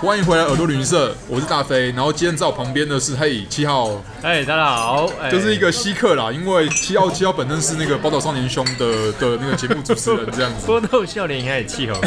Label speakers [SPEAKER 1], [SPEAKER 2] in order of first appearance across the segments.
[SPEAKER 1] 欢迎回来耳朵旅行社，我是大飞。然后今天在我旁边的是嘿七号，
[SPEAKER 2] 哎，大家好，哎
[SPEAKER 1] 就是一个稀客啦，因为七号七号本身是那个《宝岛少年兄的》的那个节目主持人这样子。
[SPEAKER 2] 说到笑脸应该也 契合，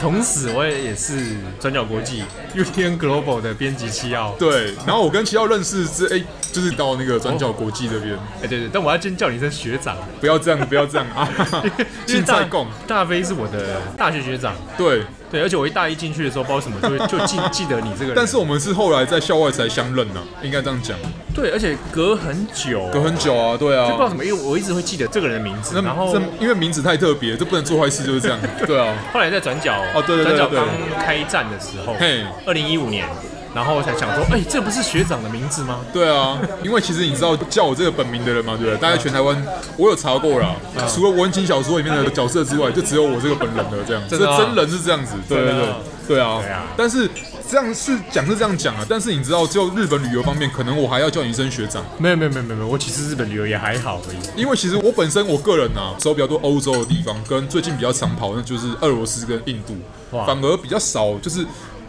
[SPEAKER 2] 同时我也是转角国际 UTN Global 的编辑七号。
[SPEAKER 1] 对，然后我跟七号认识是哎、就是到那个转角国际这边，
[SPEAKER 2] 哎，对对，但我要先叫你一声 学长，
[SPEAKER 1] 不要这样，不要这样 啊！
[SPEAKER 2] 因为
[SPEAKER 1] 竞
[SPEAKER 2] 大
[SPEAKER 1] 赛共
[SPEAKER 2] 大飞是我的大学学长，
[SPEAKER 1] 对，
[SPEAKER 2] 对，而且我一大一进去的时候，不知道为什么就 会就记记得你这个人，
[SPEAKER 1] 但是我们是后来在校外才相认的，应该这样讲，
[SPEAKER 2] 对，而且隔很久，
[SPEAKER 1] 隔很久啊，对啊，
[SPEAKER 2] 就不知道什么，因为我一直会记得这个人的名字，
[SPEAKER 1] 那
[SPEAKER 2] 然后
[SPEAKER 1] 这因为名字太特别，就不能做坏事，就是这样。对啊，
[SPEAKER 2] 后来在转角
[SPEAKER 1] 哦对对对
[SPEAKER 2] 转角
[SPEAKER 1] 对
[SPEAKER 2] 刚开战的时候，
[SPEAKER 1] 嘿，
[SPEAKER 2] 二零一五年，然后我才想说，哎，这不是学长的名字吗？
[SPEAKER 1] 对啊，因为其实你知道叫我这个本名的人嘛，对不对？大概全台湾我有查过啦，
[SPEAKER 2] 啊
[SPEAKER 1] 除了温情小说里面的角色之外，就只有我这个本人了，这样。这
[SPEAKER 2] 真的啊
[SPEAKER 1] 真人是这样子，对对
[SPEAKER 2] 真
[SPEAKER 1] 对
[SPEAKER 2] 的啊，
[SPEAKER 1] 对啊
[SPEAKER 2] 对啊。
[SPEAKER 1] 但是这样是讲是这样讲啊，但是你知道，就日本旅游方面，可能我还要叫你一声学长，
[SPEAKER 2] 没有没有没有没有，我其实日本旅游也还好而已。
[SPEAKER 1] 因为其实我本身我个人啊，走比较多欧洲的地方，跟最近比较常跑那就是俄罗斯跟印度，
[SPEAKER 2] 哇
[SPEAKER 1] 反而比较少，就是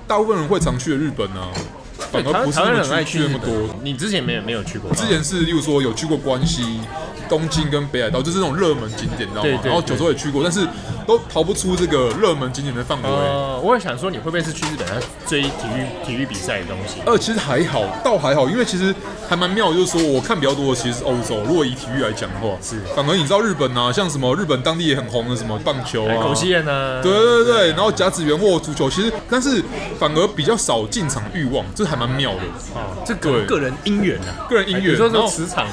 [SPEAKER 1] 大部分人会常去的日本啊，反而不是
[SPEAKER 2] 欸台湾
[SPEAKER 1] 那
[SPEAKER 2] 人
[SPEAKER 1] 么
[SPEAKER 2] 很爱
[SPEAKER 1] 去
[SPEAKER 2] 去
[SPEAKER 1] 去那么
[SPEAKER 2] 日本啊
[SPEAKER 1] 多。。
[SPEAKER 2] 你之前没有没有去过吗？
[SPEAKER 1] 之前是，例如说有去过关西、东京跟北海道，就是那种热门景点，你知道吗？
[SPEAKER 2] 对对对
[SPEAKER 1] 然后九州也去过，但是都逃不出这个热门景点的范围。
[SPEAKER 2] 呃，我也想说你会不会是去日本要追体育体育比赛的东西？
[SPEAKER 1] 呃，其实还好，倒还好，因为其实还蛮妙，就是说我看比较多的其实是欧洲，如果以体育来讲的话，
[SPEAKER 2] 是
[SPEAKER 1] 反而你知道日本啊，像什么日本当地也很红的什么棒球
[SPEAKER 2] 哎
[SPEAKER 1] 啊、
[SPEAKER 2] 狗西宴呢？
[SPEAKER 1] 对对对，然后甲子园或足球，其实但是反而比较少进场欲望，这还蛮妙的。
[SPEAKER 2] 哦，这
[SPEAKER 1] 对
[SPEAKER 2] 个个人姻缘啊，
[SPEAKER 1] 个人姻
[SPEAKER 2] 比如
[SPEAKER 1] 缘，
[SPEAKER 2] 说
[SPEAKER 1] 然
[SPEAKER 2] 这个
[SPEAKER 1] 后
[SPEAKER 2] 磁 场、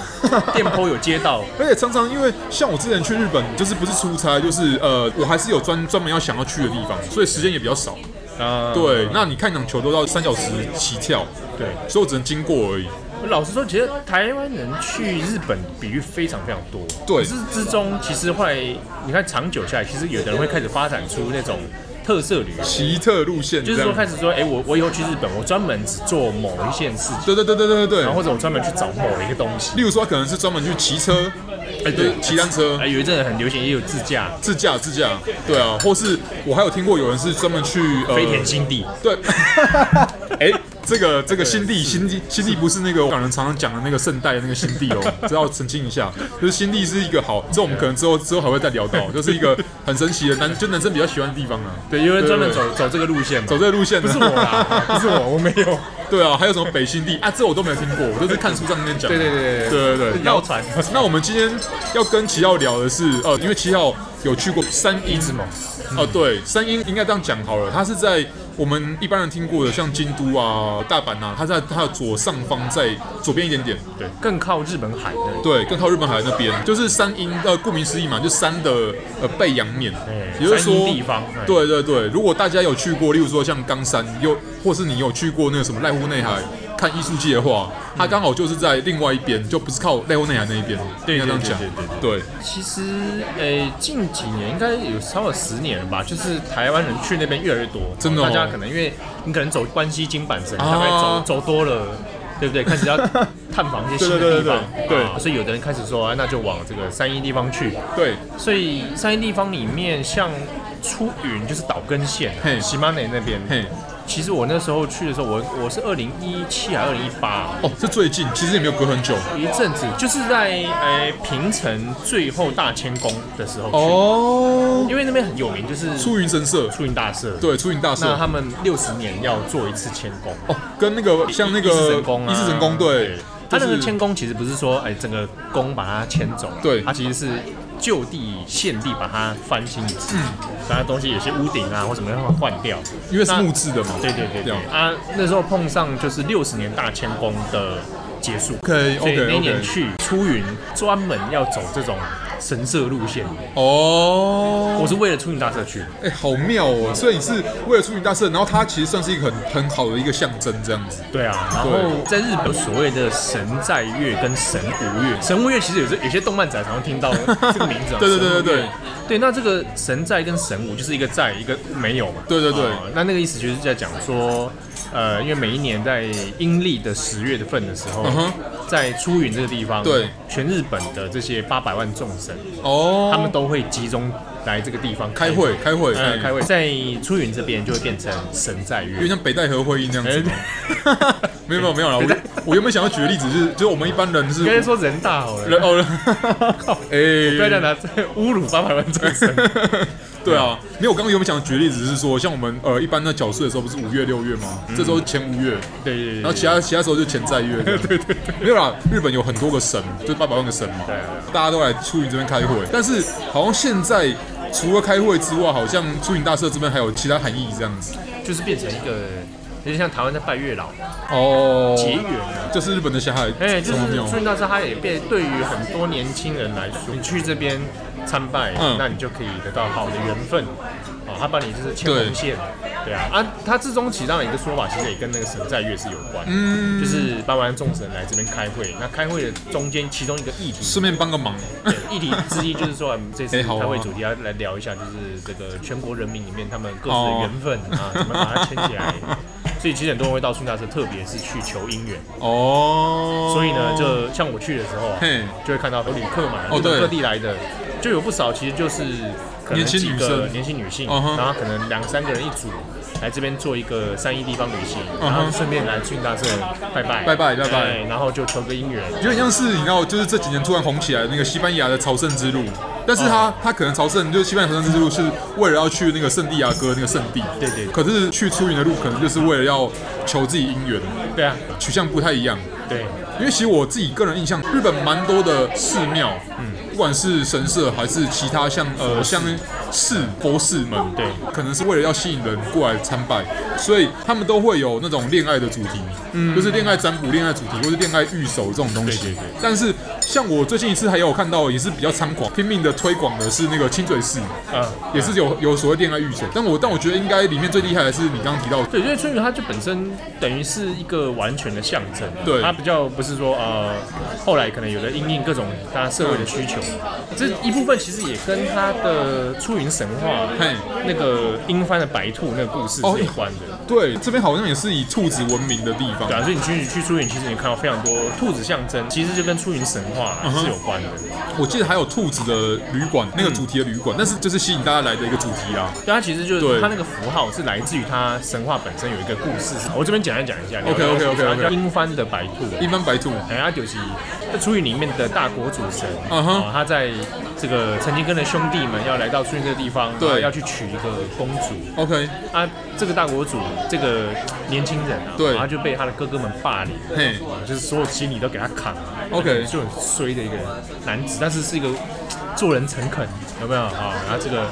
[SPEAKER 2] 电波有接到，
[SPEAKER 1] 而且常常因为像我之前去日本，就是不是出差，就是呃，我还是有专专门要想要去的地方，所以时间也比较少。
[SPEAKER 2] 啊，
[SPEAKER 1] 对，那你看一场球都要三小时起跳，
[SPEAKER 2] 对。
[SPEAKER 1] 所以我只能经过而已。
[SPEAKER 2] 老实说，其实台湾人去日本比率非常非常多。
[SPEAKER 1] 对
[SPEAKER 2] 可是之中其实后来你看长久下来，其实有的人会开始发展出那种特色旅游，
[SPEAKER 1] 奇特路线
[SPEAKER 2] 就
[SPEAKER 1] 这
[SPEAKER 2] 是说
[SPEAKER 1] 样。
[SPEAKER 2] 开始说，哎、我我以后去日本，我专门只做某一件事情。
[SPEAKER 1] 对对对对对对
[SPEAKER 2] 然后
[SPEAKER 1] 对。
[SPEAKER 2] 或者我专门去找某一个东西。
[SPEAKER 1] 例如说，他可能是专门去骑车，哎，对，骑单车
[SPEAKER 2] 哎，，有一阵子很流行，也有自驾
[SPEAKER 1] 自驾自驾，对啊，或是我还有听过有人是专门去呃
[SPEAKER 2] 飞田新地，
[SPEAKER 1] 对，哎、这个这个新地新地新地不是那个港人常常讲的那个圣代的那个新地哦， 这要澄清一下，就是新地是一个好，这我们可能之后之后还会再聊到，就是一个很神奇的男，就男生比较喜欢的地方啊。
[SPEAKER 2] 对，因为专门
[SPEAKER 1] 对
[SPEAKER 2] 走走这个路线嘛。
[SPEAKER 1] 走这个路线
[SPEAKER 2] 不
[SPEAKER 1] 不
[SPEAKER 2] 是我啦，不是我，我没有。
[SPEAKER 1] 对啊，还有什么北新地啊，这我都没有听过，我都是看书上面讲。
[SPEAKER 2] 对对对对
[SPEAKER 1] 对对对，
[SPEAKER 2] 绕船
[SPEAKER 1] 那我们今天要跟齐耀聊的是，呃，因为齐耀有去过三英之
[SPEAKER 2] 盟，
[SPEAKER 1] 哦，对，三英应该这样讲好了，它是在我们一般人听过的，像京都啊、大阪啊，它在它的左上方，在左边一点点，
[SPEAKER 2] 对，更靠日本海那里。
[SPEAKER 1] 对，更靠日本海那边，就是三英，呃，顾名思义嘛，就山的呃背阳面，也就是
[SPEAKER 2] 山
[SPEAKER 1] 说
[SPEAKER 2] 阴嗯地方哎
[SPEAKER 1] 对对对，如果大家有去过，例如说像冈山，又或是你有去过那个什么濑户内海看艺术季的话，它刚好就是在另外一边，就不是靠濑户内海那一边，
[SPEAKER 2] 对
[SPEAKER 1] 应该这样
[SPEAKER 2] 对
[SPEAKER 1] 讲
[SPEAKER 2] 对对，
[SPEAKER 1] 对，
[SPEAKER 2] 其实，诶，近几年应该有超过十年了吧，就是台湾人去那边越来越多。
[SPEAKER 1] 真的哦
[SPEAKER 2] 大家可能因为你可能走关西金板神，
[SPEAKER 1] 啊
[SPEAKER 2] 大概走走多了。对不对？开始 要探访一些新的
[SPEAKER 1] 对对对
[SPEAKER 2] 地方，
[SPEAKER 1] 对对
[SPEAKER 2] 啊所以有的人开始说，啊那就往这个山阴地方去。
[SPEAKER 1] 对，
[SPEAKER 2] 所以山阴地方里面，像出云就是岛根县
[SPEAKER 1] 嘿、
[SPEAKER 2] 喜马内那边。
[SPEAKER 1] 嘿，
[SPEAKER 2] 其实我那时候去的时候，我我是二零一七还二零一八，
[SPEAKER 1] 哦，这最近其实也没有隔很久，
[SPEAKER 2] 有一阵子就是在呃平城最后大迁宫的时候去，
[SPEAKER 1] 哦，
[SPEAKER 2] 因为那边很有名，就是
[SPEAKER 1] 出云神社，
[SPEAKER 2] 出云大社。，
[SPEAKER 1] 对，出云大
[SPEAKER 2] 那
[SPEAKER 1] 社。
[SPEAKER 2] 他们六十年要做一次迁宫，
[SPEAKER 1] 哦，跟那个像那个
[SPEAKER 2] 一世神功啊，
[SPEAKER 1] 一世神功，对，
[SPEAKER 2] 他
[SPEAKER 1] 就
[SPEAKER 2] 那
[SPEAKER 1] 是
[SPEAKER 2] 个迁宫其实不是说哎整个宫把它迁走了，
[SPEAKER 1] 对
[SPEAKER 2] 它其实是就地现地把它翻新一次，把它东西有些屋顶啊或什么样换掉，
[SPEAKER 1] 嗯因为是
[SPEAKER 2] 那
[SPEAKER 1] 木质的嘛，
[SPEAKER 2] 对对
[SPEAKER 1] 这
[SPEAKER 2] 对对
[SPEAKER 1] 样
[SPEAKER 2] 啊，那时候碰上就是六十年大迁宫的结束
[SPEAKER 1] OK，OK，OK
[SPEAKER 2] 所以那一年去出云专门要走这种神社路线，
[SPEAKER 1] 哦，
[SPEAKER 2] 我是为了出云大社去。
[SPEAKER 1] 哎、好妙哦！所以你是为了出云大社，然后它其实算是一个很很好的一个象征，这样子。
[SPEAKER 2] 对啊，然后在日本有所谓的神在月跟神无月，神无月其实有时有些动漫仔常常 听到这个名字啊。
[SPEAKER 1] 对对对对
[SPEAKER 2] 神无月
[SPEAKER 1] 对
[SPEAKER 2] 对，那这个神在跟神无就是一个在一个没有嘛。
[SPEAKER 1] 对对对
[SPEAKER 2] 啊那那个意思就是在讲说，呃，因为每一年在阴历的十月的份的时候
[SPEAKER 1] 嗯哼
[SPEAKER 2] 在出云这个地方，
[SPEAKER 1] 对
[SPEAKER 2] 全日本的这些八百万众神，
[SPEAKER 1] 哦，
[SPEAKER 2] 他们都会集中来这个地方
[SPEAKER 1] 开会，开会，
[SPEAKER 2] 呃，
[SPEAKER 1] 哎
[SPEAKER 2] 开会，在出云这边就会变成神在
[SPEAKER 1] 有点
[SPEAKER 2] 月。
[SPEAKER 1] 像北戴河会议那样 子。
[SPEAKER 2] 哎
[SPEAKER 1] 没有没有没有啦， 我我原本想要举的例子就是，就是我们一般人是
[SPEAKER 2] 应该说人大好了，
[SPEAKER 1] 人哦人，
[SPEAKER 2] 靠
[SPEAKER 1] 哎，
[SPEAKER 2] 不要再拿这侮辱八百万众生。
[SPEAKER 1] 对啊，没有，我刚刚原本想举的例子是说，像我们呃一般在缴税的时候不是五月六月吗？
[SPEAKER 2] 嗯
[SPEAKER 1] 这周前五月，
[SPEAKER 2] 对对对，
[SPEAKER 1] 然后其他其他时候就前在月，对 对对，没有啦，日本有很多个省，就是八百万个省嘛，
[SPEAKER 2] 对对
[SPEAKER 1] 大家都来出云这边开会，但是好像现在除了开会之外，好像出云大社这边还有其他含义这样子。
[SPEAKER 2] 就是变成一个，有点像台湾在拜月老
[SPEAKER 1] 哦，
[SPEAKER 2] 结缘啊。
[SPEAKER 1] 就是日本的小孩
[SPEAKER 2] 哎，
[SPEAKER 1] 什
[SPEAKER 2] 就
[SPEAKER 1] 么
[SPEAKER 2] 是
[SPEAKER 1] 庙
[SPEAKER 2] 出？云大师，它也被对于很多年轻人来说，你去这边参拜，
[SPEAKER 1] 嗯
[SPEAKER 2] 那你就可以得到好的缘分。哦，他帮你就是牵红线，对啊，啊，他这中其当然有一个说法，其实也跟那个神在月是有关，嗯，就是八万众神来这边开会，那开会的中间其中一个议题
[SPEAKER 1] 顺便帮个忙，
[SPEAKER 2] 对，议题之一就是说，我们这次
[SPEAKER 1] 哎好啊
[SPEAKER 2] 开会主题要来聊一下，就是这个全国人民里面他们各自
[SPEAKER 1] 哦
[SPEAKER 2] 的缘分啊，怎么把它牵起来。所以其实很多人会到苏大社，特别是去求姻缘。
[SPEAKER 1] 哦，
[SPEAKER 2] 所以呢，就像我去的时候啊
[SPEAKER 1] 嘿，
[SPEAKER 2] 就会看到有旅客嘛，
[SPEAKER 1] 哦
[SPEAKER 2] 日
[SPEAKER 1] 对
[SPEAKER 2] 本各地来的，就有不少其实就是可能
[SPEAKER 1] 年轻
[SPEAKER 2] 几
[SPEAKER 1] 女
[SPEAKER 2] 个
[SPEAKER 1] 生
[SPEAKER 2] 年轻女性，
[SPEAKER 1] 嗯哼
[SPEAKER 2] 然后可能两三个人一组。来这边做一个三一地方旅行，
[SPEAKER 1] 嗯
[SPEAKER 2] 然
[SPEAKER 1] 哼
[SPEAKER 2] 后顺便来去大社拜拜
[SPEAKER 1] 拜拜拜拜
[SPEAKER 2] 哎然后就求个姻缘，
[SPEAKER 1] 有点像是你知道，就是这几年突然红起来的那个西班牙的朝圣之路，但是
[SPEAKER 2] 哦
[SPEAKER 1] 他、他可能朝圣就是西班牙朝圣之路是为了要去那个圣地亚哥那个圣地，
[SPEAKER 2] 对对对
[SPEAKER 1] 可是去出云的路可能就是为了要求自己姻缘，
[SPEAKER 2] 对啊，
[SPEAKER 1] 取向不太一样。
[SPEAKER 2] 对，
[SPEAKER 1] 因为其实我自己个人印象，日本蛮多的寺庙，嗯，不管是神社还是其他像呃像寺佛寺们，
[SPEAKER 2] 对
[SPEAKER 1] 可能是为了要吸引人过来参拜，所以他们都会有那种恋爱的主题，嗯，就是恋爱占卜、恋爱主题或是恋爱御守这种东西。
[SPEAKER 2] 对对对
[SPEAKER 1] 但是像我最近一次还有看到也是比较猖狂，拼命的推广的是那个清水寺，
[SPEAKER 2] 嗯，
[SPEAKER 1] 也是有有所谓恋爱御守，但我但我觉得应该里面最厉害的是你刚刚提到的
[SPEAKER 2] 对，因为春雨它就本身等于是一个完全的象征，啊
[SPEAKER 1] 对
[SPEAKER 2] 它比较不是说呃，后来可能有的因应各种大家社会的需求，这一部分其实也跟它的出云神话
[SPEAKER 1] 嘿
[SPEAKER 2] 那个英翻的白兔那个故事
[SPEAKER 1] 哦
[SPEAKER 2] 是有关的。
[SPEAKER 1] 对，这边好像也是以兔子闻名的地方
[SPEAKER 2] 对。啊，所以你去去出云，其实你看到非常多兔子象征，其实就跟出云神话
[SPEAKER 1] 嗯
[SPEAKER 2] 是有关的。
[SPEAKER 1] 我记得还有兔子的旅馆，那个主题的旅馆，但是就是吸引大家来的一个主题啊啦。
[SPEAKER 2] 对，它其实就
[SPEAKER 1] 对
[SPEAKER 2] 是它那个符号是来自于它神话本身有一个故事。我这边简单讲一下
[SPEAKER 1] OK，OK，OK，OK
[SPEAKER 2] 它叫英翻的白兔。
[SPEAKER 1] 一般白兔，
[SPEAKER 2] 哎，他就是在出云里面的大国主神，
[SPEAKER 1] 嗯哼
[SPEAKER 2] 哦他在这个曾经跟着兄弟们要来到出云这个地方，然后
[SPEAKER 1] 对
[SPEAKER 2] 要去娶一个公主。
[SPEAKER 1] ，OK，
[SPEAKER 2] 啊，这个大国主这个年轻人啊，
[SPEAKER 1] 对
[SPEAKER 2] 他就被他的哥哥们霸凌，
[SPEAKER 1] 嘿，
[SPEAKER 2] 哦就是所有亲戚都给他砍了
[SPEAKER 1] OK
[SPEAKER 2] 就很衰的一个男子，但是是一个做人诚恳，有没有啊？然后这个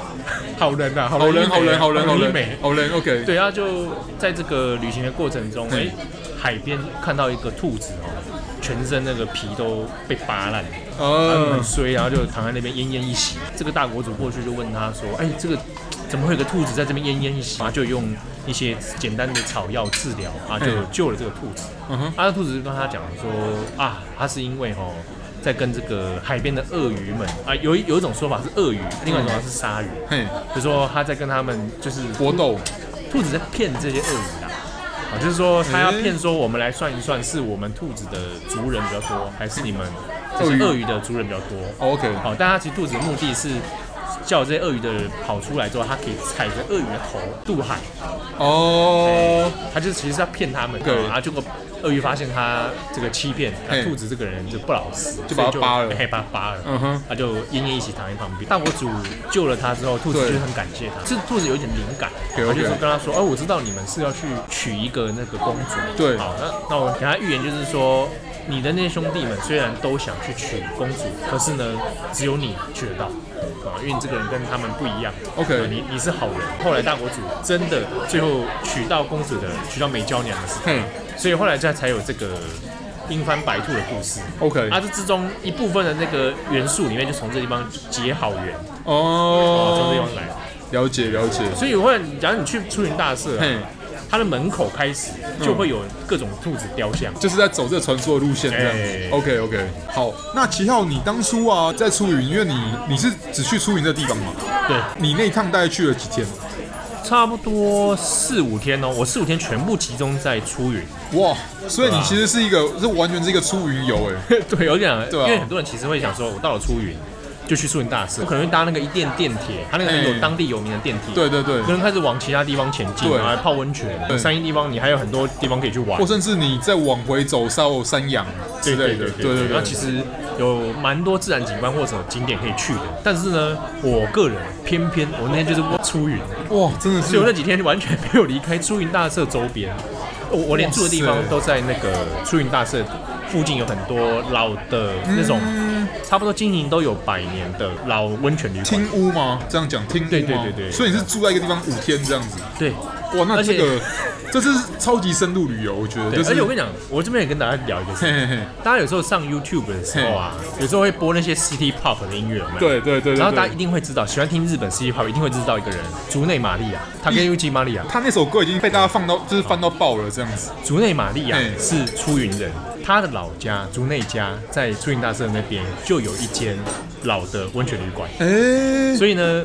[SPEAKER 2] 好人啊，好
[SPEAKER 1] 好
[SPEAKER 2] 人
[SPEAKER 1] 人，
[SPEAKER 2] 一枚
[SPEAKER 1] 好人，好人，好
[SPEAKER 2] 一枚
[SPEAKER 1] 人，好人，OK，
[SPEAKER 2] 对，他就在这个旅行的过程中，哎、
[SPEAKER 1] 嗯
[SPEAKER 2] 海边看到一个兔子哦，全身那个皮都被扒烂，
[SPEAKER 1] 呃
[SPEAKER 2] 很，衰，然后就躺在那边奄奄一息。这个大国主过去就问他说：“哎、这个怎么会有个兔子在这边奄奄一息？”然后就用一些简单的草药治疗啊，就
[SPEAKER 1] 嗯
[SPEAKER 2] 救了这个兔子。
[SPEAKER 1] 嗯哼，
[SPEAKER 2] 啊，兔子就跟他讲说啊，他是因为哦。在跟这个海边的鳄鱼们啊，有一有一种说法是鳄鱼，另外一种说法是鲨鱼，
[SPEAKER 1] 嘿，
[SPEAKER 2] 就说他在跟他们就是
[SPEAKER 1] 搏斗，
[SPEAKER 2] 兔子在骗这些鳄鱼啦。啊，就是说他要骗说我们来算一算，是我们兔子的族人比较多，还是你们这些鳄鱼的族人比较多？
[SPEAKER 1] 哦，OK，
[SPEAKER 2] 好，但他其实兔子的目的是叫这些鳄鱼的人跑出来之后，他可以踩着鳄鱼的头渡海，
[SPEAKER 1] 哦，
[SPEAKER 2] 他就是其实是要骗他们。
[SPEAKER 1] 对
[SPEAKER 2] 啊，结果鳄鱼发现他这个欺骗，那
[SPEAKER 1] 嘿
[SPEAKER 2] 兔子这个人就不老实，
[SPEAKER 1] 就把他
[SPEAKER 2] 所以
[SPEAKER 1] 扒了
[SPEAKER 2] 嘿，把他扒了。
[SPEAKER 1] 嗯哼，
[SPEAKER 2] 他就奄奄一息躺在旁边。大国主救了他之后，兔子
[SPEAKER 1] 对
[SPEAKER 2] 就是很感谢他。这兔子有一点灵感，
[SPEAKER 1] OK，OK
[SPEAKER 2] 他就是跟他说：“哦，我知道你们是要去娶一个那个公主。”
[SPEAKER 1] 对
[SPEAKER 2] 好，那那我给他预言就是说。你的那些兄弟们虽然都想去娶公主，可是呢，只有你娶得到啊，因为你这个人跟他们不一样。
[SPEAKER 1] OK
[SPEAKER 2] 啊你你是好人。后来大国主真的最后娶到公主的，娶到美娇娘的时候，
[SPEAKER 1] 嘿
[SPEAKER 2] 所以后来这才有这个英翻白兔的故事。
[SPEAKER 1] ，OK，
[SPEAKER 2] 啊，这之中一部分的那个元素里面，就从这地方结好缘，哦，从这地
[SPEAKER 1] 哦
[SPEAKER 2] 方，来。
[SPEAKER 1] 了解，了解，
[SPEAKER 2] 所以我会，假如你去出云大社、啊，
[SPEAKER 1] 嘿，
[SPEAKER 2] 它的门口开始就会有各种兔子雕像。
[SPEAKER 1] 就是在走这传说的路线这样
[SPEAKER 2] 哎
[SPEAKER 1] 子，OK OK。好，那齐浩，你当初啊在出云，因为你你是只去出云这地方嘛，
[SPEAKER 2] 对，
[SPEAKER 1] 你那一趟大概去了几天？
[SPEAKER 2] 差不多四五天哦，我四五天全部集中在出云。
[SPEAKER 1] 哇，所以
[SPEAKER 2] 对
[SPEAKER 1] 你
[SPEAKER 2] 啊
[SPEAKER 1] 其实是一个，这完全是一个出云游哎，
[SPEAKER 2] 对，有点、
[SPEAKER 1] 对啊
[SPEAKER 2] 因为很多人其实会想说，我到了出云，就去顺大社，我可能会搭那个一电电铁，它那个
[SPEAKER 1] 哎
[SPEAKER 2] 有当地有名的电铁，
[SPEAKER 1] 对对对
[SPEAKER 2] 可能开始往其他地方前进，
[SPEAKER 1] 对
[SPEAKER 2] 然后还泡温泉，
[SPEAKER 1] 对
[SPEAKER 2] 山阴地方你还有很多地方可以去玩
[SPEAKER 1] 或，甚至你再往回走到山羊之
[SPEAKER 2] 对
[SPEAKER 1] 类
[SPEAKER 2] 对
[SPEAKER 1] 的，
[SPEAKER 2] 对
[SPEAKER 1] 对对
[SPEAKER 2] 那
[SPEAKER 1] 对，
[SPEAKER 2] 其实有蛮多自然景观或者景点可以去的，但是呢，我个人偏偏我那天就是出云，
[SPEAKER 1] 哇，真的
[SPEAKER 2] 所以我那
[SPEAKER 1] 是
[SPEAKER 2] 几天完全没有离开出云大社周边，我我连住的地方
[SPEAKER 1] 哇塞
[SPEAKER 2] 都在那个出云大社附近，有很多老的那种，差不多经营都有百年的老温泉旅
[SPEAKER 1] 嗯
[SPEAKER 2] 馆
[SPEAKER 1] 听。屋吗？这样讲听屋吗？
[SPEAKER 2] 对对对对
[SPEAKER 1] 所以你是住在一个地方五天这样子，
[SPEAKER 2] 对，
[SPEAKER 1] 哇，那
[SPEAKER 2] 而
[SPEAKER 1] 这
[SPEAKER 2] 且
[SPEAKER 1] 个这是超级深度旅游，我觉得，
[SPEAKER 2] 对
[SPEAKER 1] 就是
[SPEAKER 2] 而且我跟你讲，我这边也跟大家聊一个事
[SPEAKER 1] 嘿
[SPEAKER 2] 情，
[SPEAKER 1] 嘿嘿，
[SPEAKER 2] 大家有时候上 YouTube 的时候啊，有时候会播那些 City Pop 的音乐，有没有？
[SPEAKER 1] 对对对
[SPEAKER 2] 然后
[SPEAKER 1] 对
[SPEAKER 2] 大家一
[SPEAKER 1] 对。
[SPEAKER 2] 定会知道，喜欢听日本 City Pop 一定会知道一个人，竹内玛利亚，他跟 Uchi 玛利亚，
[SPEAKER 1] 他那首歌已经被大家放到，就是放到爆了这样子。
[SPEAKER 2] 竹内玛利亚
[SPEAKER 1] 嗯
[SPEAKER 2] 是出云人，她的老家竹内家在出云大社那边就有一间老的温泉旅馆，
[SPEAKER 1] 哎、
[SPEAKER 2] 所以呢，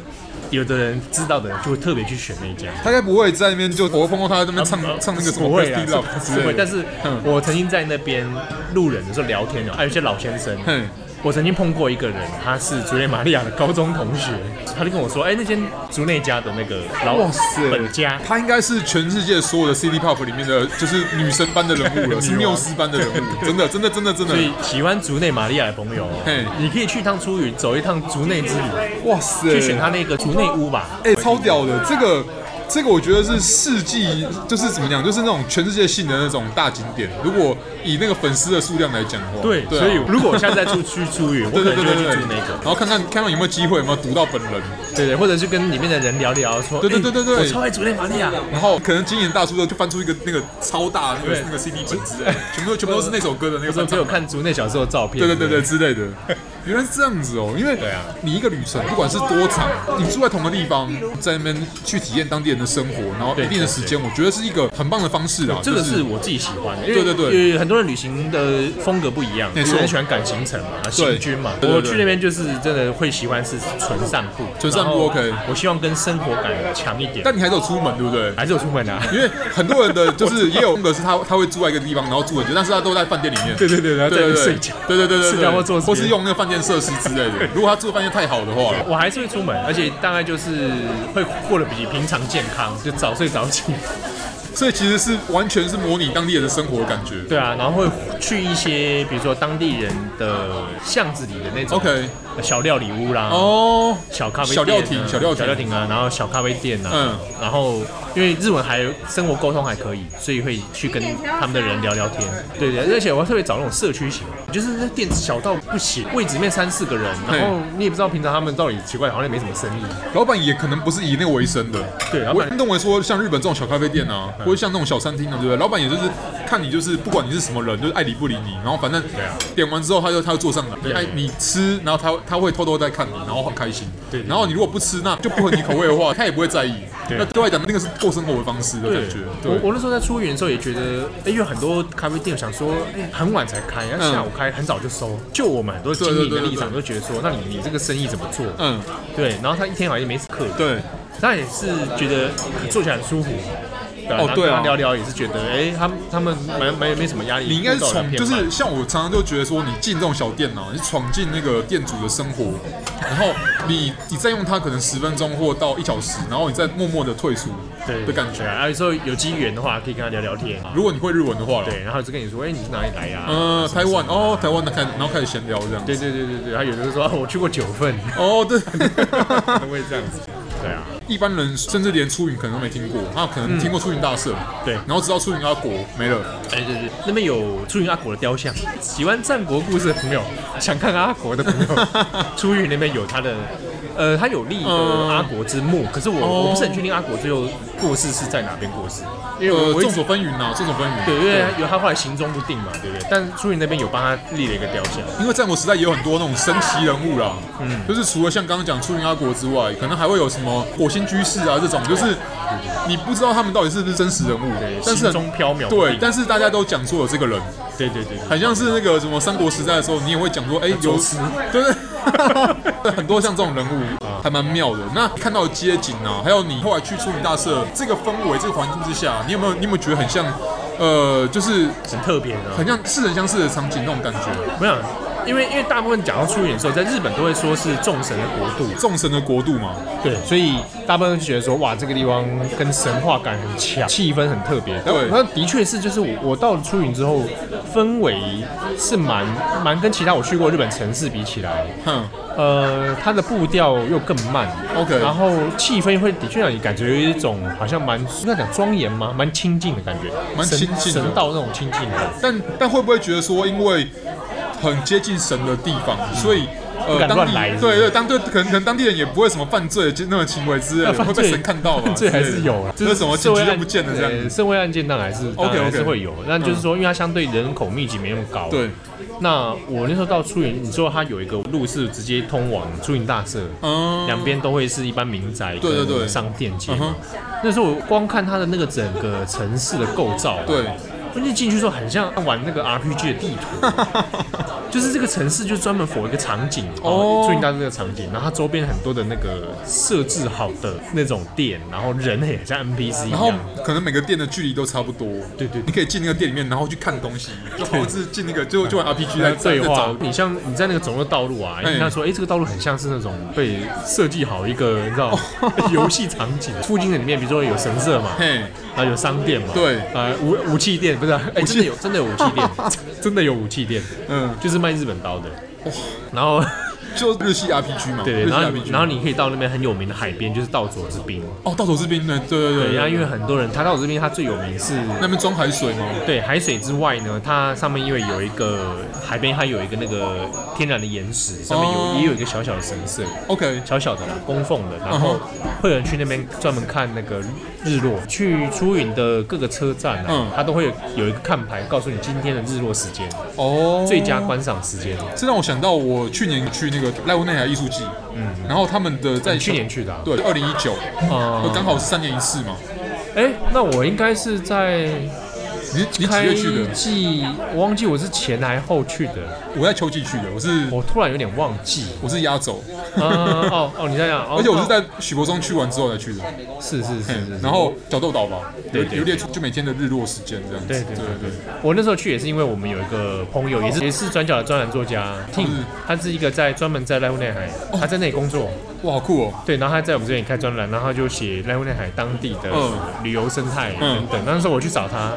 [SPEAKER 2] 有的人知道的人就会特别去选那一家。
[SPEAKER 1] 他该不会在那边就我会碰到他在那边唱、
[SPEAKER 2] 呃
[SPEAKER 1] 唱那个什么 b
[SPEAKER 2] 不会
[SPEAKER 1] e
[SPEAKER 2] 啊
[SPEAKER 1] s t Love
[SPEAKER 2] 是
[SPEAKER 1] 之
[SPEAKER 2] 不
[SPEAKER 1] 类
[SPEAKER 2] 会
[SPEAKER 1] 的，
[SPEAKER 2] 但是
[SPEAKER 1] 嗯
[SPEAKER 2] 我曾经在那边路人的时候聊天哦，还有一些老先生，
[SPEAKER 1] 哼
[SPEAKER 2] 我曾经碰过一个人，他是竹内玛利亚的高中同学，他就跟我说，哎、那间竹内家的那个老
[SPEAKER 1] 哇塞
[SPEAKER 2] 本家，
[SPEAKER 1] 她应该是全世界所有的 City Pop 里面的，就是女神般的 人物了，是缪斯般的人物，真的，真的，真的，真
[SPEAKER 2] 所
[SPEAKER 1] 的，
[SPEAKER 2] 以喜欢竹内玛利亚的朋友哦
[SPEAKER 1] 嘿，
[SPEAKER 2] 你可以去一趟出云，走一趟竹内之旅，
[SPEAKER 1] 哇塞
[SPEAKER 2] 去选他那个竹内屋吧。
[SPEAKER 1] 哎、超屌的，这个，这个我觉得是世纪，就是怎么讲，就是那种全世界性的那种大景点。如果以那个粉丝的数量来讲的话，
[SPEAKER 2] 对，
[SPEAKER 1] 对啊、
[SPEAKER 2] 所以如果我下次再出去出云，我
[SPEAKER 1] 对
[SPEAKER 2] 可
[SPEAKER 1] 对对
[SPEAKER 2] 能就
[SPEAKER 1] 对
[SPEAKER 2] 会去
[SPEAKER 1] 对，
[SPEAKER 2] 住那
[SPEAKER 1] 然
[SPEAKER 2] 个，
[SPEAKER 1] 后看看看看有没有机会，有没有读到本人，
[SPEAKER 2] 对对，或者是跟里面的人聊聊，说，
[SPEAKER 1] 对对
[SPEAKER 2] 哎
[SPEAKER 1] 对对对
[SPEAKER 2] 我超爱竹内玛利亚，
[SPEAKER 1] 然后可能今年大叔的就翻出一个那个超大的那个
[SPEAKER 2] 对
[SPEAKER 1] 那个 CD 本之类的，全部都全部都是那首歌的那个
[SPEAKER 2] 那时候
[SPEAKER 1] 翻
[SPEAKER 2] 只
[SPEAKER 1] 唱
[SPEAKER 2] 有
[SPEAKER 1] 版。
[SPEAKER 2] 看竹内小时候的照片，
[SPEAKER 1] 对对对对，之类的。 原来是这样子哦，因为
[SPEAKER 2] 对啊
[SPEAKER 1] 你一个旅程，不管是多长，你住在同个地方，在那边去体验当地人的生活，然后一定的时间，我觉得是一个很棒的方式啊。
[SPEAKER 2] 这个
[SPEAKER 1] 就是
[SPEAKER 2] 我自己喜欢的，因
[SPEAKER 1] 对
[SPEAKER 2] 为
[SPEAKER 1] 对对
[SPEAKER 2] 呃很多人旅行的风格不一样，
[SPEAKER 1] 没
[SPEAKER 2] 有
[SPEAKER 1] 错
[SPEAKER 2] 人喜欢赶行程嘛，行军嘛。
[SPEAKER 1] 对对
[SPEAKER 2] 我
[SPEAKER 1] 对
[SPEAKER 2] 去那边就是真的会喜欢是纯散步，
[SPEAKER 1] 纯散步
[SPEAKER 2] 然后
[SPEAKER 1] OK
[SPEAKER 2] 我希望跟生活感强一点，
[SPEAKER 1] 但你还是有出门，对不对？
[SPEAKER 2] 还是有出门啊。
[SPEAKER 1] 因为很多人的就是也有风格是他他会住在一个地方，然后住很久，但是他都在饭店里面。
[SPEAKER 2] 对对对然后在
[SPEAKER 1] 对
[SPEAKER 2] 那边
[SPEAKER 1] 对
[SPEAKER 2] 睡觉
[SPEAKER 1] 对对对对，
[SPEAKER 2] 吃饭或
[SPEAKER 1] 对
[SPEAKER 2] 做
[SPEAKER 1] 或是
[SPEAKER 2] 别的
[SPEAKER 1] 用那个饭店设施之类的。如果他住的饭店太好的话，
[SPEAKER 2] 我还是会出门，而且大概就是会过得比平常健康，就早睡早起。
[SPEAKER 1] 所以其实是完全是模拟当地人的生活的感觉。
[SPEAKER 2] 对啊，然后会去一些比如说当地人的巷子里的那种
[SPEAKER 1] OK
[SPEAKER 2] 小料理屋啦，
[SPEAKER 1] 哦，
[SPEAKER 2] 小咖啡
[SPEAKER 1] 小
[SPEAKER 2] 店
[SPEAKER 1] 料
[SPEAKER 2] 啊
[SPEAKER 1] 亭，小料亭
[SPEAKER 2] 小料亭啊，然后小咖啡店啊，
[SPEAKER 1] 嗯
[SPEAKER 2] 然后因为日文还生活沟通还可以，所以会去跟他们的人聊聊天，对对，而且我还特别找那种社区型，就是那店小到不行，位置里面三四个人，
[SPEAKER 1] 嘿
[SPEAKER 2] 然后你也不知道平常他们到底奇怪，好像也没什么生意，
[SPEAKER 1] 老板也可能不是以那个为生的。
[SPEAKER 2] 对老
[SPEAKER 1] 我
[SPEAKER 2] 板嗯
[SPEAKER 1] 认为说，像日本这种小咖啡店啊，或者像那种小餐厅啊，对不对？老板也就是看你就是不管你是什么人，就是爱理不理你，然后反正
[SPEAKER 2] 啊
[SPEAKER 1] 点完之后他就他就坐上来，
[SPEAKER 2] 对
[SPEAKER 1] 哎，你吃，然后他他会偷偷在看你，然后很开心。
[SPEAKER 2] 对对
[SPEAKER 1] 然后你如果不吃，那就不合你口味的话，他也不会在意。
[SPEAKER 2] 对
[SPEAKER 1] 那对外讲，那个是过生活的方式的感觉。对
[SPEAKER 2] 我，我那时候在出云的时候也觉得，哎，因为很多咖啡店想说，哎，很晚才开，那下午开很早就收，就我们很多经理
[SPEAKER 1] 对对
[SPEAKER 2] 的
[SPEAKER 1] 对
[SPEAKER 2] 立场
[SPEAKER 1] 对
[SPEAKER 2] 都觉得说，那你你这个生意怎么做？
[SPEAKER 1] 嗯，
[SPEAKER 2] 对，然后他一天好像也没什么客人。
[SPEAKER 1] 对，
[SPEAKER 2] 他也是觉得坐起来很舒服。
[SPEAKER 1] 哦
[SPEAKER 2] 然后
[SPEAKER 1] 对啊
[SPEAKER 2] 跟他聊聊也是觉得，哎，他们他们没没没什么压力。
[SPEAKER 1] 你应该是
[SPEAKER 2] 互动
[SPEAKER 1] 从
[SPEAKER 2] 也偏
[SPEAKER 1] 就
[SPEAKER 2] 慢
[SPEAKER 1] 是像我常常就觉得说，你进这种小店呢、你闯进那个店主的生活，然后你你再用它可能十分钟或到一小时，然后你再默默的退出
[SPEAKER 2] 对
[SPEAKER 1] 的感
[SPEAKER 2] 对
[SPEAKER 1] 觉。
[SPEAKER 2] 啊，有时候有机缘的话可以跟他聊聊天。
[SPEAKER 1] 如果你会日文的话了，
[SPEAKER 2] 对，然后就跟你说，哎，你是哪里来呀？
[SPEAKER 1] 呃，台湾哦，台湾的开，然后开始闲聊这样。
[SPEAKER 2] 对对对对对，他有的时候说，啊我去过九份，
[SPEAKER 1] 哦，对，
[SPEAKER 2] 他会这样子。对啊，
[SPEAKER 1] 一般人甚至连出云可能都没听过，他可能听过出云大社，
[SPEAKER 2] 嗯对
[SPEAKER 1] 然后知道出云阿国没了，
[SPEAKER 2] 哎对对，那边有出云阿国的雕像，喜欢战国故事的朋友，想看阿国的朋友，出云那边有他的。呃，他有立一个
[SPEAKER 1] 嗯
[SPEAKER 2] 阿国之墓，可是我、
[SPEAKER 1] 哦
[SPEAKER 2] 我不是很确定阿国最后过世是在哪边过世，因为
[SPEAKER 1] 呃，
[SPEAKER 2] 我一
[SPEAKER 1] 众
[SPEAKER 2] 直
[SPEAKER 1] 所纷纭呐，众所纷纭。
[SPEAKER 2] 对，因为有他后来行踪不定嘛，对不对？但出云那边有帮他立了一个雕像，
[SPEAKER 1] 因为战国时代也有很多那种神奇人物啦，嗯，就是除了像刚刚讲出云阿国之外，可能还会有什么火星居士啊这种，就是你不知道他们到底是不是真实人物，但是
[SPEAKER 2] 行
[SPEAKER 1] 很
[SPEAKER 2] 踪缥缈不
[SPEAKER 1] 对
[SPEAKER 2] 定，
[SPEAKER 1] 但是大家都讲说有这个人，
[SPEAKER 2] 对对对对，
[SPEAKER 1] 很像是那个什么三国时代的时候，你也会讲说，哎、有
[SPEAKER 2] 宙斯
[SPEAKER 1] 对对对，很多像这种人物还蛮妙的。那看到街景啊，还有你后来去出云大社这个氛围、这个环境之下，你有没有你有没有觉得很像，呃，就是
[SPEAKER 2] 很特别的。
[SPEAKER 1] 很像似曾相识的场景那种感觉？
[SPEAKER 2] 我想因为因为大部分讲到出远的时候，在日本都会说是众神的国度，
[SPEAKER 1] 众神的国度嘛，
[SPEAKER 2] 对，所以大部分就觉得说，哇，这个地方跟神话感很强，气氛很特别。
[SPEAKER 1] 对
[SPEAKER 2] 那的确是，就是我我到了出云之后，氛围是蛮蛮跟其他我去过日本城市比起来，
[SPEAKER 1] 哼，
[SPEAKER 2] 呃，它的步调又更慢
[SPEAKER 1] OK
[SPEAKER 2] 然后气氛会的确让你感觉有一种好像蛮应该讲庄严吗？蛮清静的感觉，
[SPEAKER 1] 蛮
[SPEAKER 2] 神
[SPEAKER 1] 清静的
[SPEAKER 2] 神道那种清静感。
[SPEAKER 1] 但但会不会觉得说，因为很接近神的地方，所以
[SPEAKER 2] 嗯不
[SPEAKER 1] 呃，
[SPEAKER 2] 敢
[SPEAKER 1] 当
[SPEAKER 2] 乱
[SPEAKER 1] 地
[SPEAKER 2] 来是不是
[SPEAKER 1] 对对，当地可能可能当地人也不会什么犯罪的那种行为之类的，
[SPEAKER 2] 犯
[SPEAKER 1] 会被
[SPEAKER 2] 罪
[SPEAKER 1] 神看到吧？
[SPEAKER 2] 犯 罪还
[SPEAKER 1] 之
[SPEAKER 2] 是
[SPEAKER 1] 类的
[SPEAKER 2] 有啦，
[SPEAKER 1] 那什么
[SPEAKER 2] 社
[SPEAKER 1] 警
[SPEAKER 2] 会
[SPEAKER 1] 局就
[SPEAKER 2] 案
[SPEAKER 1] 不见了这样
[SPEAKER 2] 呃
[SPEAKER 1] 子。
[SPEAKER 2] 社会案件当然还是当
[SPEAKER 1] OK，OK 嗯
[SPEAKER 2] 然还是会有，但就是说，因为它相对人口密集没那么高。
[SPEAKER 1] 对。
[SPEAKER 2] 那我那时候到出云，你说它有一个路是直接通往出云大社，
[SPEAKER 1] 嗯
[SPEAKER 2] 两边都会是一般民宅
[SPEAKER 1] 对对对
[SPEAKER 2] 跟商店街
[SPEAKER 1] 嗯哼
[SPEAKER 2] 嘛。那时候我光看它的那个整个城市的构造，
[SPEAKER 1] 对，
[SPEAKER 2] 关键进去之后很像玩那个 RPG 的地图， 就是这个城市就专门否一个场景
[SPEAKER 1] 哦
[SPEAKER 2] 哦，注意到这个场景，然后它周边很多的那个设置好的那种店，然后人也像 NPC 一
[SPEAKER 1] 然后
[SPEAKER 2] 样。
[SPEAKER 1] 可能每个店的距离都差不多，
[SPEAKER 2] 对对对
[SPEAKER 1] 你可以进那个店里面，然后去看东西，就好像是进那个就就玩 RPG
[SPEAKER 2] 来
[SPEAKER 1] 在
[SPEAKER 2] 哎对
[SPEAKER 1] 在
[SPEAKER 2] 话
[SPEAKER 1] 找，
[SPEAKER 2] 你像你在那个走的道路啊，
[SPEAKER 1] 哎
[SPEAKER 2] 你看说，哎，这个道路很像是那种被设计好一个，你知 道游戏场景，附近的里面，比如说有神社嘛，
[SPEAKER 1] 嘿，
[SPEAKER 2] 啊，有商店嘛，
[SPEAKER 1] 对
[SPEAKER 2] 啊，武武器店不是啊，哎，真的有 真的有武器店，真的有武器店，
[SPEAKER 1] 嗯，
[SPEAKER 2] 就是卖日本刀的，然后。
[SPEAKER 1] 就日系 RPG 嘛，
[SPEAKER 2] 对，
[SPEAKER 1] 日系
[SPEAKER 2] 然后你
[SPEAKER 1] RPG，
[SPEAKER 2] 然后你可以到那边很有名的海边，就是道佐之滨。
[SPEAKER 1] 哦，到手之滨，对对对
[SPEAKER 2] 对，然后
[SPEAKER 1] 对，
[SPEAKER 2] 因为很多人，他道佐之滨它最有名是，
[SPEAKER 1] 那边装海水嘛，
[SPEAKER 2] 对海水之外呢，它上面因为有一个海边，它有一个那个天然的岩石，上面有、
[SPEAKER 1] 哦
[SPEAKER 2] 也有一个小小的神社，
[SPEAKER 1] OK，
[SPEAKER 2] 小小的啦，供奉的，然后
[SPEAKER 1] 嗯
[SPEAKER 2] 会有人去那边专门看那个日落。去出云的各个车站
[SPEAKER 1] 嗯
[SPEAKER 2] 啊，它都会有有一个看牌，告诉你今天的日落时间，
[SPEAKER 1] 哦，
[SPEAKER 2] 最佳观赏时间。
[SPEAKER 1] 这让我想到我去年去那个濑户内海艺术季，嗯，然后他们的在
[SPEAKER 2] 你去年去的啊
[SPEAKER 1] 对，二零一九，
[SPEAKER 2] 哦
[SPEAKER 1] 我刚好是三年一次嘛，
[SPEAKER 2] 哎，那我应该是在
[SPEAKER 1] 你你几
[SPEAKER 2] 开
[SPEAKER 1] 月去的？
[SPEAKER 2] 季，我忘记我是前还后去的，
[SPEAKER 1] 我在秋季去的，我是
[SPEAKER 2] 我突然有点忘记。
[SPEAKER 1] 我是压轴，
[SPEAKER 2] 啊、哦哦，你在讲，哦
[SPEAKER 1] 而且我是在许伯中去完之后才去的，
[SPEAKER 2] 是是是是，
[SPEAKER 1] 然后小豆岛吧，有
[SPEAKER 2] 对对
[SPEAKER 1] 有列出就每天的日落时间这样子，
[SPEAKER 2] 对对对
[SPEAKER 1] 对
[SPEAKER 2] 我那时候去也是因为我们有一个朋友，也是也是转角的专栏作家 Tim，他是一个在专门在濑户内海，他在那里工作，
[SPEAKER 1] 哇，好酷哦，
[SPEAKER 2] 对，然后他在我们这里开专栏，然后他就写濑户内海当地的
[SPEAKER 1] 嗯
[SPEAKER 2] 旅游生态
[SPEAKER 1] 嗯
[SPEAKER 2] 等等。那时候我去找他，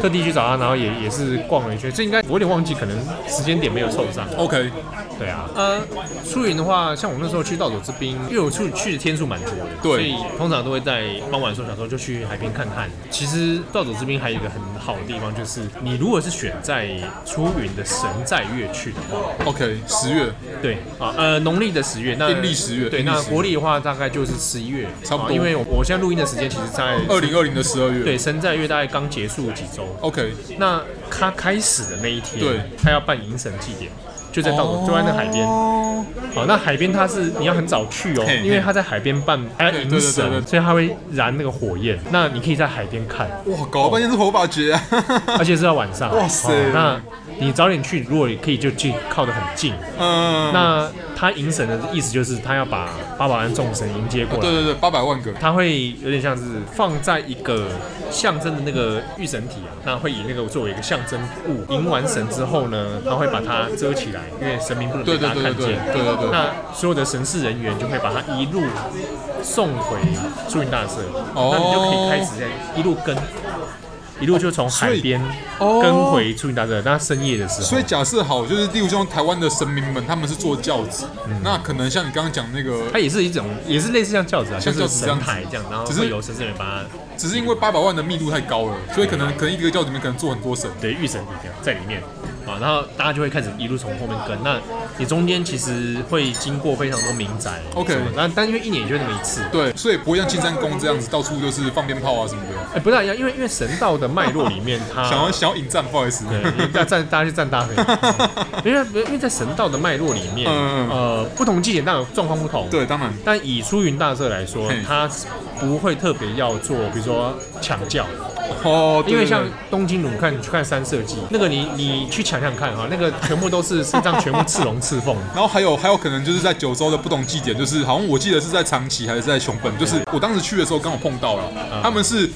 [SPEAKER 2] 特地去找他，然后也也是逛了一圈，这应该我有点忘记，可能时间点没有凑上。
[SPEAKER 1] ，OK，
[SPEAKER 2] 对啊，呃，出云的话，像我那时候去道佐之滨，因为我出去的天数蛮多的，
[SPEAKER 1] 对
[SPEAKER 2] 所以通常都会在傍晚的时候，想说就去海边看看。其实道佐之滨还有一个很好的地方，就是你如果是选在出云的神在月去的话，
[SPEAKER 1] OK，十月
[SPEAKER 2] 对啊，呃，农历的十月，那
[SPEAKER 1] 阴历十月
[SPEAKER 2] 对，
[SPEAKER 1] 阴历
[SPEAKER 2] 那
[SPEAKER 1] 十月
[SPEAKER 2] 国历的话大概就是十一月，
[SPEAKER 1] 差不多
[SPEAKER 2] 啊因为我现在录音的时间其实在
[SPEAKER 1] 二零二零的十二月，
[SPEAKER 2] 对神在月大概刚结束几周，
[SPEAKER 1] ，OK，
[SPEAKER 2] 那他开始的那一天，
[SPEAKER 1] 对，
[SPEAKER 2] 他要办迎神祭典，就在道佐，就在那海边。
[SPEAKER 1] 哦
[SPEAKER 2] 好，那海边它是你要很早去哦
[SPEAKER 1] 嘿，
[SPEAKER 2] 因为它在海边办还要
[SPEAKER 1] 对
[SPEAKER 2] 迎
[SPEAKER 1] 对对对
[SPEAKER 2] 神，
[SPEAKER 1] 对
[SPEAKER 2] 所以它会燃那个火焰。那你可以在海边看，
[SPEAKER 1] 哇，搞了半天是火把节啊，
[SPEAKER 2] 而且是在晚上。
[SPEAKER 1] 哇塞
[SPEAKER 2] 哦那你早点去，如果你可以就近靠得很近。
[SPEAKER 1] 嗯，
[SPEAKER 2] 那他迎神的意思就是他要把八宝庵众神迎接过
[SPEAKER 1] 对
[SPEAKER 2] 来。
[SPEAKER 1] 对对，八百万个，
[SPEAKER 2] 它会有点像是放在一个象征的那个御神体啊，那会以那个作为一个象征物。迎完神之后呢，他会把它遮起来，因为神明不能
[SPEAKER 1] 对
[SPEAKER 2] 被
[SPEAKER 1] 对
[SPEAKER 2] 大家
[SPEAKER 1] 对对
[SPEAKER 2] 看
[SPEAKER 1] 对
[SPEAKER 2] 见。
[SPEAKER 1] 对对对，
[SPEAKER 2] 那所有的神事人员就会把它一路送回出云大社，
[SPEAKER 1] 哦
[SPEAKER 2] 那你就可以开始在一路跟，一路就从海边
[SPEAKER 1] 哦
[SPEAKER 2] 跟回出云大社。那深夜的时候，
[SPEAKER 1] 所以假设好，就是例如像台湾的神明们，他们是做教子，
[SPEAKER 2] 嗯
[SPEAKER 1] 那可能像你刚刚讲那个
[SPEAKER 2] 它，也是一种，也是类似像轿子啊，就
[SPEAKER 1] 像
[SPEAKER 2] 是
[SPEAKER 1] 轿子这样
[SPEAKER 2] 神
[SPEAKER 1] 子
[SPEAKER 2] 台这样，然后
[SPEAKER 1] 只是
[SPEAKER 2] 会有神职人把它
[SPEAKER 1] 只是因为八百万的密度太高了，所以可能可能一个教子里面可能做很多神。
[SPEAKER 2] 的御神体这样在里面啊，然后大家就会开始一路从后面跟。那你中间其实会经过非常多民宅
[SPEAKER 1] OK
[SPEAKER 2] 什么那但因为一年也就那么一次，
[SPEAKER 1] 对，所以不会像金山宫这样子到处就是放鞭炮啊什么的。
[SPEAKER 2] 哎，不大一样，因为因为神道的脉络里面，它
[SPEAKER 1] 想要想要引战，不好意思。
[SPEAKER 2] 啊 对，大家站大家去站大 腿，嗯因为因为在神道的脉络里面，
[SPEAKER 1] 嗯嗯
[SPEAKER 2] 呃，不同季节当然状况不 同，。
[SPEAKER 1] 对，当然
[SPEAKER 2] 但以出云大社来说
[SPEAKER 1] 嘿，
[SPEAKER 2] 它不会特别要做，比如说抢教，
[SPEAKER 1] 哦，对
[SPEAKER 2] 因为像
[SPEAKER 1] 对对
[SPEAKER 2] 东京，你看你去看三社记，那个你你去抢抢看哈，那个全部都是身上全部刺龙刺凤，
[SPEAKER 1] 然后还有还有可能就是在九州的不同祭典，
[SPEAKER 2] 嗯
[SPEAKER 1] 就是好像我记得是在长崎还是在熊本，就是我当时去的时候刚好碰到了，他们是。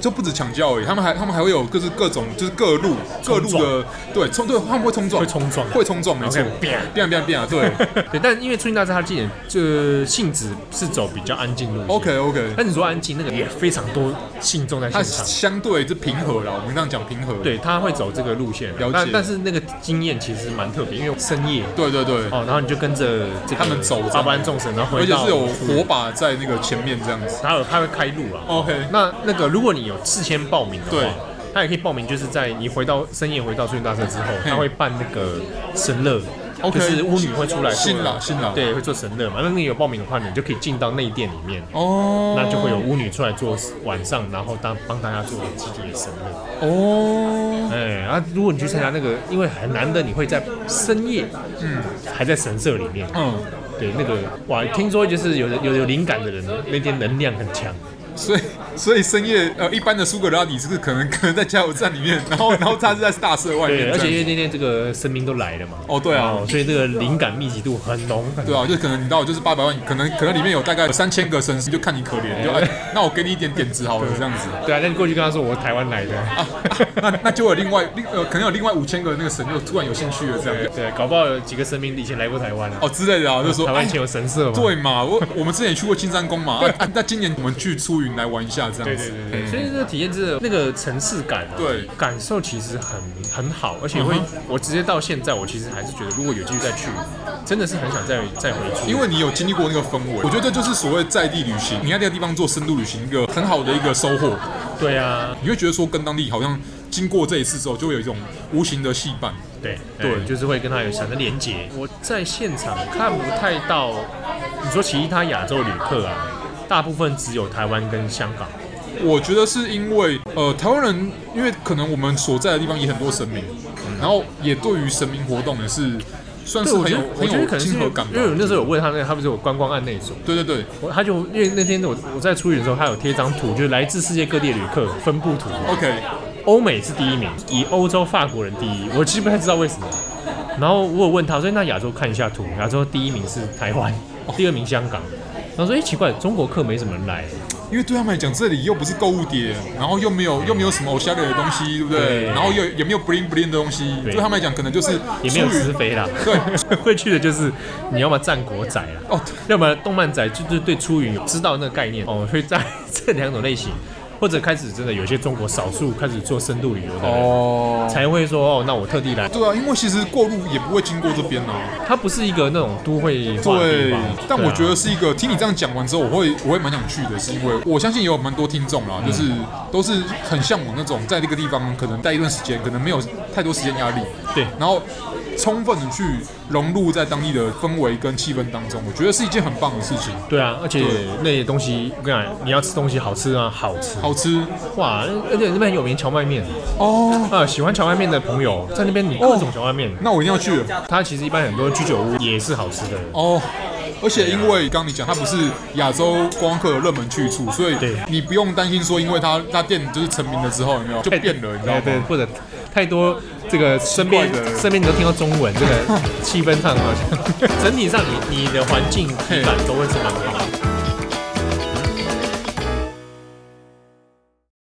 [SPEAKER 1] 就不止抢教而已，他们还他们还会有各式各种就是各路各路的对冲对，他们会冲撞，
[SPEAKER 2] 会冲撞
[SPEAKER 1] 会冲撞，没错
[SPEAKER 2] 然后可以变
[SPEAKER 1] 变啊变啊变啊， 对
[SPEAKER 2] 对，但因为春大师他的祭典这性质是走比较安静路线。
[SPEAKER 1] ，OK OK，
[SPEAKER 2] 但你说安静那个也非常多信众在
[SPEAKER 1] 它
[SPEAKER 2] 现场，
[SPEAKER 1] 相对是平和啦，我们这样讲平和，
[SPEAKER 2] 对他会走这个路线。
[SPEAKER 1] 了解
[SPEAKER 2] 但但是那个经验其实蛮特别，因为深夜
[SPEAKER 1] 对对对，
[SPEAKER 2] 哦，然后你就跟着这
[SPEAKER 1] 他
[SPEAKER 2] 个
[SPEAKER 1] 们走这样
[SPEAKER 2] 八班众神，然后
[SPEAKER 1] 而
[SPEAKER 2] 回
[SPEAKER 1] 且
[SPEAKER 2] 到
[SPEAKER 1] 是有火把在那个前面这样子
[SPEAKER 2] 他有他会开路啊。
[SPEAKER 1] ，OK，
[SPEAKER 2] 那那个如果你有事先报名的
[SPEAKER 1] 对
[SPEAKER 2] 话，他也可以报名，就是在你回到深夜回到春运大社之后，他会办那个神乐。
[SPEAKER 1] OK
[SPEAKER 2] 就是巫女会出来做
[SPEAKER 1] 新郎新郎
[SPEAKER 2] 对，会做神乐嘛。那你有报名的话，你就可以进到内殿里面，
[SPEAKER 1] 哦，
[SPEAKER 2] 那就会有巫女出来做晚上，然后当帮大家做集体的神乐。
[SPEAKER 1] 哦，
[SPEAKER 2] 哎，啊，如果你去参加那个，因为很难得你会在深夜，嗯，还在神社里面，
[SPEAKER 1] 嗯，
[SPEAKER 2] 对，那个哇，听说就是有人有有灵感的人，那天能量很强。
[SPEAKER 1] 所以所以深夜呃一般的苏格拉底是不是可能可能在加油站里面，然后然后他是在大社外面
[SPEAKER 2] 对，
[SPEAKER 1] 这样
[SPEAKER 2] 而
[SPEAKER 1] 子，
[SPEAKER 2] 且因为那天这个神明都来了嘛，
[SPEAKER 1] 哦对啊
[SPEAKER 2] 哦所以这个灵感密集度很浓很
[SPEAKER 1] 对啊，就可能你到就是八百万，可能可能里面有大概三千个神，就看你可怜，就哎，那我给你一点点子好了，这样子。
[SPEAKER 2] 对啊，那你过去跟他说我台湾来 的，
[SPEAKER 1] 啊，那那就有另外另呃，可能有另外五千个那个神又突然有兴趣了这样
[SPEAKER 2] 对，搞不好有几个神明以前来过台湾啊，
[SPEAKER 1] 哦之类的啊，就说
[SPEAKER 2] 台
[SPEAKER 1] 哎
[SPEAKER 2] 湾以前有神社嘛，
[SPEAKER 1] 对嘛，我我们之前也去过青山宫嘛，啊啊那今年我们去出云来玩一下这样
[SPEAKER 2] 对
[SPEAKER 1] 子嗯
[SPEAKER 2] 对对，对，嗯所以这个体验真的那个层次感啊，
[SPEAKER 1] 对
[SPEAKER 2] 感受其实很很好，而且会
[SPEAKER 1] 嗯
[SPEAKER 2] 我直接到现在，我其实还是觉得如果有机会再去，真的是很想再再回去，
[SPEAKER 1] 因为你有经历过那个氛围，我觉得这就是所谓在地旅行，你在那个地方做深度旅行一个很好的一个收获，
[SPEAKER 2] 对啊，
[SPEAKER 1] 你会觉得说跟当地好像经过这一次之后，就会有一种无形的戏伴。
[SPEAKER 2] 对
[SPEAKER 1] 对
[SPEAKER 2] 哎就是会跟他有产生连结。我在现场看不太到，你说其他亚洲旅客啊，大部分只有台湾跟香港。
[SPEAKER 1] 我觉得是因为呃，台湾人因为可能我们所在的地方也很多神明，然后也对于神明活动也是算是
[SPEAKER 2] 我
[SPEAKER 1] 很
[SPEAKER 2] 觉
[SPEAKER 1] 有
[SPEAKER 2] 得我
[SPEAKER 1] 很
[SPEAKER 2] 觉得可
[SPEAKER 1] 有
[SPEAKER 2] 能是
[SPEAKER 1] 亲
[SPEAKER 2] 因为
[SPEAKER 1] 和感吧
[SPEAKER 2] 因为。我那时候有问他那个，他不是有观光案那一种，
[SPEAKER 1] 对对对，
[SPEAKER 2] 我他就因为那天我我在出云的时候，他有贴一张图，就是来自世界各地的旅客分布图，
[SPEAKER 1] OK，
[SPEAKER 2] 欧美是第一名，以欧洲法国人第一，我其实不太知道为什么。然后我有问他，我说那亚洲看一下图，亚洲第一名是台湾，
[SPEAKER 1] 哦
[SPEAKER 2] 第二名香港。然后说，哎、奇怪，中国客没什么人来。
[SPEAKER 1] 因为对他们来讲，这里又不是购物点，然后又没有又没有什么偶像类的东西，对不对？
[SPEAKER 2] 对
[SPEAKER 1] 然后又也没有 bling bling 的东西，对
[SPEAKER 2] 对
[SPEAKER 1] 他们来讲，可能就是
[SPEAKER 2] 也没有
[SPEAKER 1] 出于
[SPEAKER 2] 直 飞啦。
[SPEAKER 1] 对，
[SPEAKER 2] 会去的就是你要么战国仔啦，
[SPEAKER 1] 哦
[SPEAKER 2] 要么动漫仔，就是对出云有知道那个概念哦，会在 这两种类型，或者开始真的有些中国少数开始做深度旅游的人。
[SPEAKER 1] 哦，
[SPEAKER 2] 才会说哦，那我特地来。
[SPEAKER 1] 对啊，因为其实过路也不会经过这边啊。
[SPEAKER 2] 它不是一个那种都会化的地
[SPEAKER 1] 对
[SPEAKER 2] 方，，
[SPEAKER 1] 但
[SPEAKER 2] 对啊
[SPEAKER 1] 我觉得是一个，听你这样讲完之后，我会我会蛮想去的，是因为我相信也有蛮多听众啦，
[SPEAKER 2] 嗯
[SPEAKER 1] 就是都是很向往那种在这个地方可能待一段时间，可能没有太多时间压力，
[SPEAKER 2] 对
[SPEAKER 1] 然后充分的去融入在当地的氛围跟气氛当中，我觉得是一件很棒的事情。
[SPEAKER 2] 对啊，而且
[SPEAKER 1] 对
[SPEAKER 2] 那些东西，我跟你讲，你要吃东西好吃啊，好吃
[SPEAKER 1] 好吃
[SPEAKER 2] 哇！而且那边很有名荞麦面
[SPEAKER 1] 哦，
[SPEAKER 2] 啊，喜欢荞麦面的朋友在那边，你各种荞麦面，
[SPEAKER 1] 那我一定要去了
[SPEAKER 2] 它其实一般很多居酒屋也是好吃的。
[SPEAKER 1] 哦。而且
[SPEAKER 2] 啊
[SPEAKER 1] 因为刚刚你讲，它不是亚洲观光客的热门去处，所以
[SPEAKER 2] 对
[SPEAKER 1] 你不用担心说，因为它它店就是成名了之后，有没有就
[SPEAKER 2] 太
[SPEAKER 1] 变了，你知道吗？
[SPEAKER 2] 对，或者太多这个身边
[SPEAKER 1] 奇怪的
[SPEAKER 2] 身边你都听到中文， 这个气氛上好像整体上你你的环境体感都会是蛮好的。